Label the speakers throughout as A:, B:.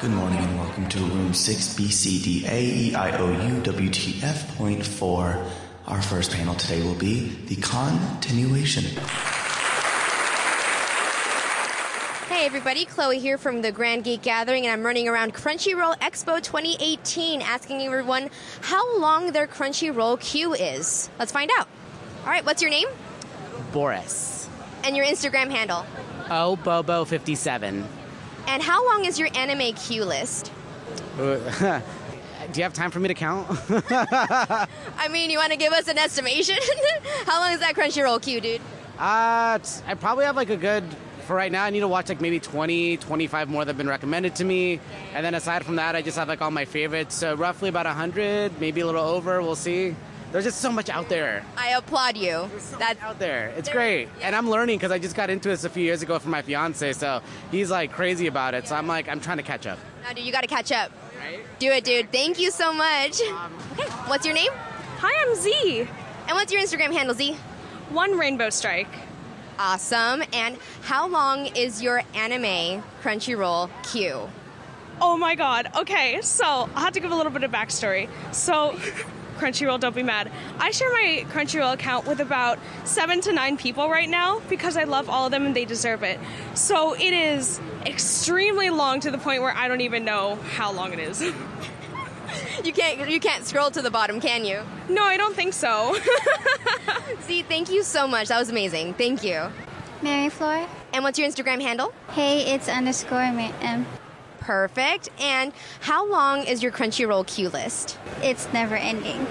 A: Good morning and welcome to Room E, 6BCDAEIOUWTF.4. Our first panel today will be the continuation.
B: Hey everybody, Chloe here from the Grand Geek Gathering, and I'm running around Crunchyroll Expo 2018 asking everyone how long their Crunchyroll queue is. Let's find out. All right, what's your name
C: Boris.
B: and your Instagram handle?
C: Oh, Bobo 57.
B: And how long is your anime queue list?
C: Uh, Do you have time for me to count?
B: I mean, you want to give us an estimation? how long is that Crunchyroll queue, dude?
C: uh, t- I probably have like a good, for right now, I need to watch like maybe 20, 25 more that have been recommended to me. And then aside from that, I just have like all my favorites. So roughly about 100, maybe a little over, we'll see. There's just so much out there.
B: I applaud you. That
C: out there. It's
B: There-
C: great.
B: yeah.
C: And I'm learning because I just got into this a few years ago for my fiance. So he's like crazy about it. So I'm like, I'm trying to catch up.
B: no, dude, you got to catch up.
C: Right?
B: Do it, dude. Thank you so much. Okay, what's your name?
D: Hi, I'm Z.
B: And what's your Instagram handle, Z?
D: One rainbow strike.
B: Awesome. And how long is your anime Crunchyroll queue?
D: Oh my god. Okay, so I had to give a little bit of backstory. So, Crunchyroll, don't be mad. I share my Crunchyroll account with about seven to nine people right now because I love all of them and they deserve it. So, it is extremely long to the point where I don't even know how long it is.
B: You can't you can't scroll to the bottom, can you?
D: no, I don't think so.
B: See, thank you so much. That was amazing. Thank you.
E: Mary Floor.
B: And what's your Instagram handle?
E: Hey, it's underscore ma- um,
B: Perfect. And how long is your Crunchyroll queue list?
E: It's never ending.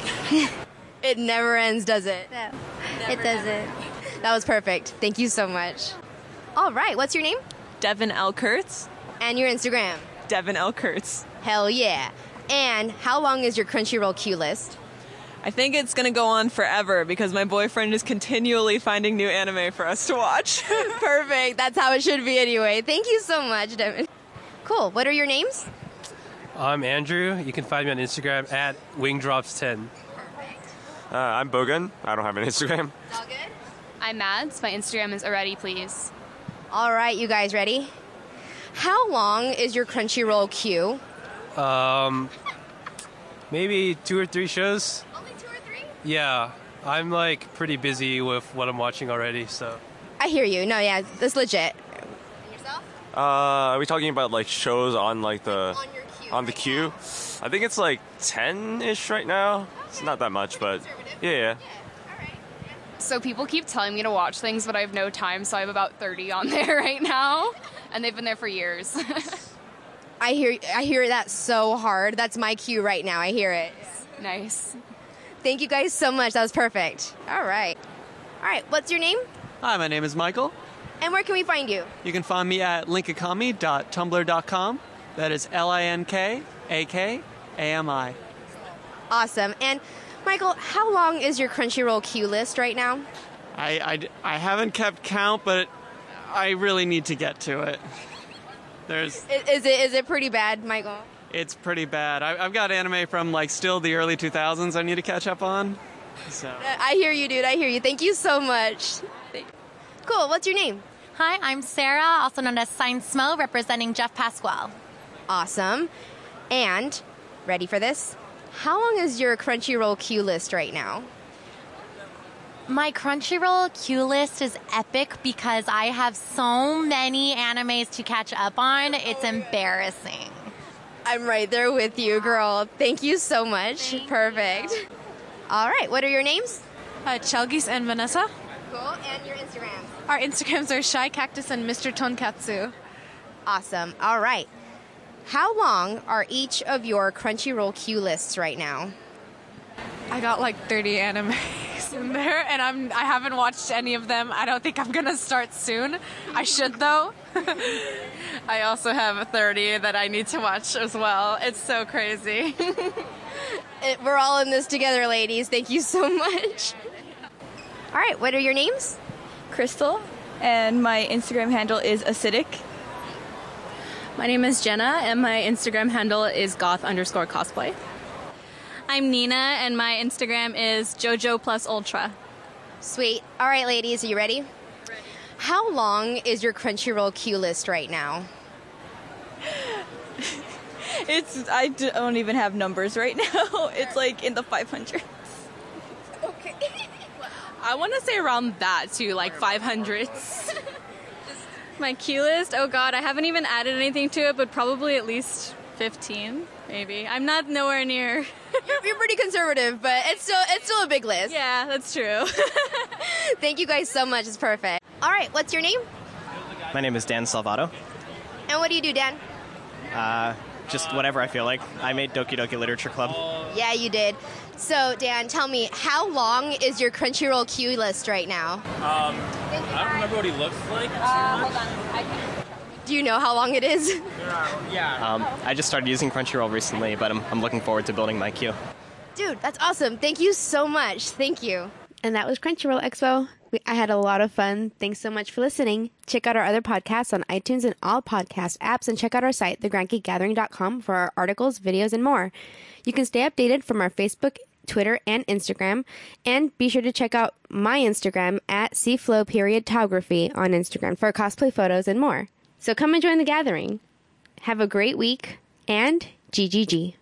B: It never ends, does it?
E: So it doesn't.
B: That was perfect. Thank you so much. All right, what's your name?
F: Devin L. Kurtz.
B: And your Instagram?
F: Devin L. Kurtz.
B: Hell yeah. And how long is your Crunchyroll queue list?
F: I think it's going to go on forever because my boyfriend is continually finding new anime for us to watch.
B: Perfect. That's how it should be anyway. Thank you so much, Devin. Cool. What are your names?
G: I'm Andrew. You can find me on Instagram at wingdrops10.
H: Uh, I'm Bogan. I don't have an Instagram.
B: All good?
I: I'm Mads. My Instagram is already please.
B: All right, you guys ready? How long is your Crunchyroll queue?
G: Maybe two or three shows.
B: Only two or three.
G: Yeah, I'm like pretty busy with what I'm watching already. So
B: I hear you. No, yeah, that's legit.
H: Uh, are we talking about like shows on like the
B: Like, on your queue
H: on the
B: right
H: queue? I think it's like ten ish right now. It's not that much, but yeah, yeah.
I: So people keep telling me to watch things, but I have no time, so I have about 30 on there right now, and they've been there for years.
B: I hear I hear that so hard. That's my cue right now. I hear it.
I: nice.
B: Thank you guys so much. That was perfect. All right. All right, what's your name?
J: Hi, my name is Michael.
B: And where can we find you?
J: You can find me at linkakami.tumblr.com. That is L I N K A K A M I.
B: Awesome. And Michael, how long is your Crunchyroll queue list right now?
J: I, I, I haven't kept count, but I really need to get to it. There's,
B: I- Is it is it pretty bad, Michael?
J: it's pretty bad. I, I've got anime from like still the early 2000s I need to catch up on. So.
B: I hear you, dude. I hear you. Thank you so much. Thank- Cool. What's your name?
K: Hi, I'm Sarah, also known as Sign Smo, representing Jeff Pasquale.
B: Awesome. And ready for this? How long is your Crunchyroll queue list right now?
K: My Crunchyroll queue list is epic because I have so many animes to catch up on. It's embarrassing.
B: I'm right there with you, girl. Thank you so much. Perfect. All right. What are your names?
L: Uh, Chelgis and Vanessa.
B: Cool. And your Instagram.
L: Our Instagrams are Shy Cactus and Mr. Tonkatsu.
B: Awesome. All right. How long are each of your Crunchyroll queue lists right now?
L: I got like 30 animes in there, and I'm I haven't watched any of them. I don't think I'm gonna start soon. I should though. I also have 30 that I need to watch as well. It's so crazy.
B: It, we're all in this together, ladies. Thank you so much. All right. What are your names?
L: Crystal, and my Instagram handle is acidic.
I: My name is Jenna, and my Instagram handle is goth underscore cosplay.
K: I'm Nina, and my Instagram is JoJo Plus Ultra.
B: Sweet. All right, ladies. Are you ready? How long is your Crunchyroll queue list right now?
M: It's I d- don't even have numbers right now. It's like in the 500.
J: I want to say around that too, like 500s. My cue list, oh god, I haven't even added anything to it, but probably at least 15, maybe. I'm not nowhere near.
B: you're, you're pretty conservative, but it's still it's still a big list.
J: Yeah, that's true.
B: Thank you guys so much. It's perfect. All right, what's your name?
C: My name is Dan Salvato.
B: And what do you do, Dan?
C: Uh, just whatever I feel like. I made Doki Doki Literature Club.
B: Yeah, you did. So, Dan, tell me, how long is your Crunchyroll queue list right now? Uh,
N: Um, I don't remember what he looks like.
B: Do you know how long it is?
C: Um, I just started using Crunchyroll recently, but I'm, I'm looking forward to building my queue.
B: Dude, that's awesome. Thank you so much. Thank you. And that was Crunchyroll Expo. We, I had a lot of fun. Thanks so much for listening. Check out our other podcasts on iTunes and all podcast apps, and check out our site, thegrandgeekgathering.com, for our articles, videos, and more. You can stay updated from our Facebook, Twitter, and Instagram. And be sure to check out my Instagram at cflow period tography on Instagram for cosplay photos and more. So come and join the gathering. Have a great week and GGG.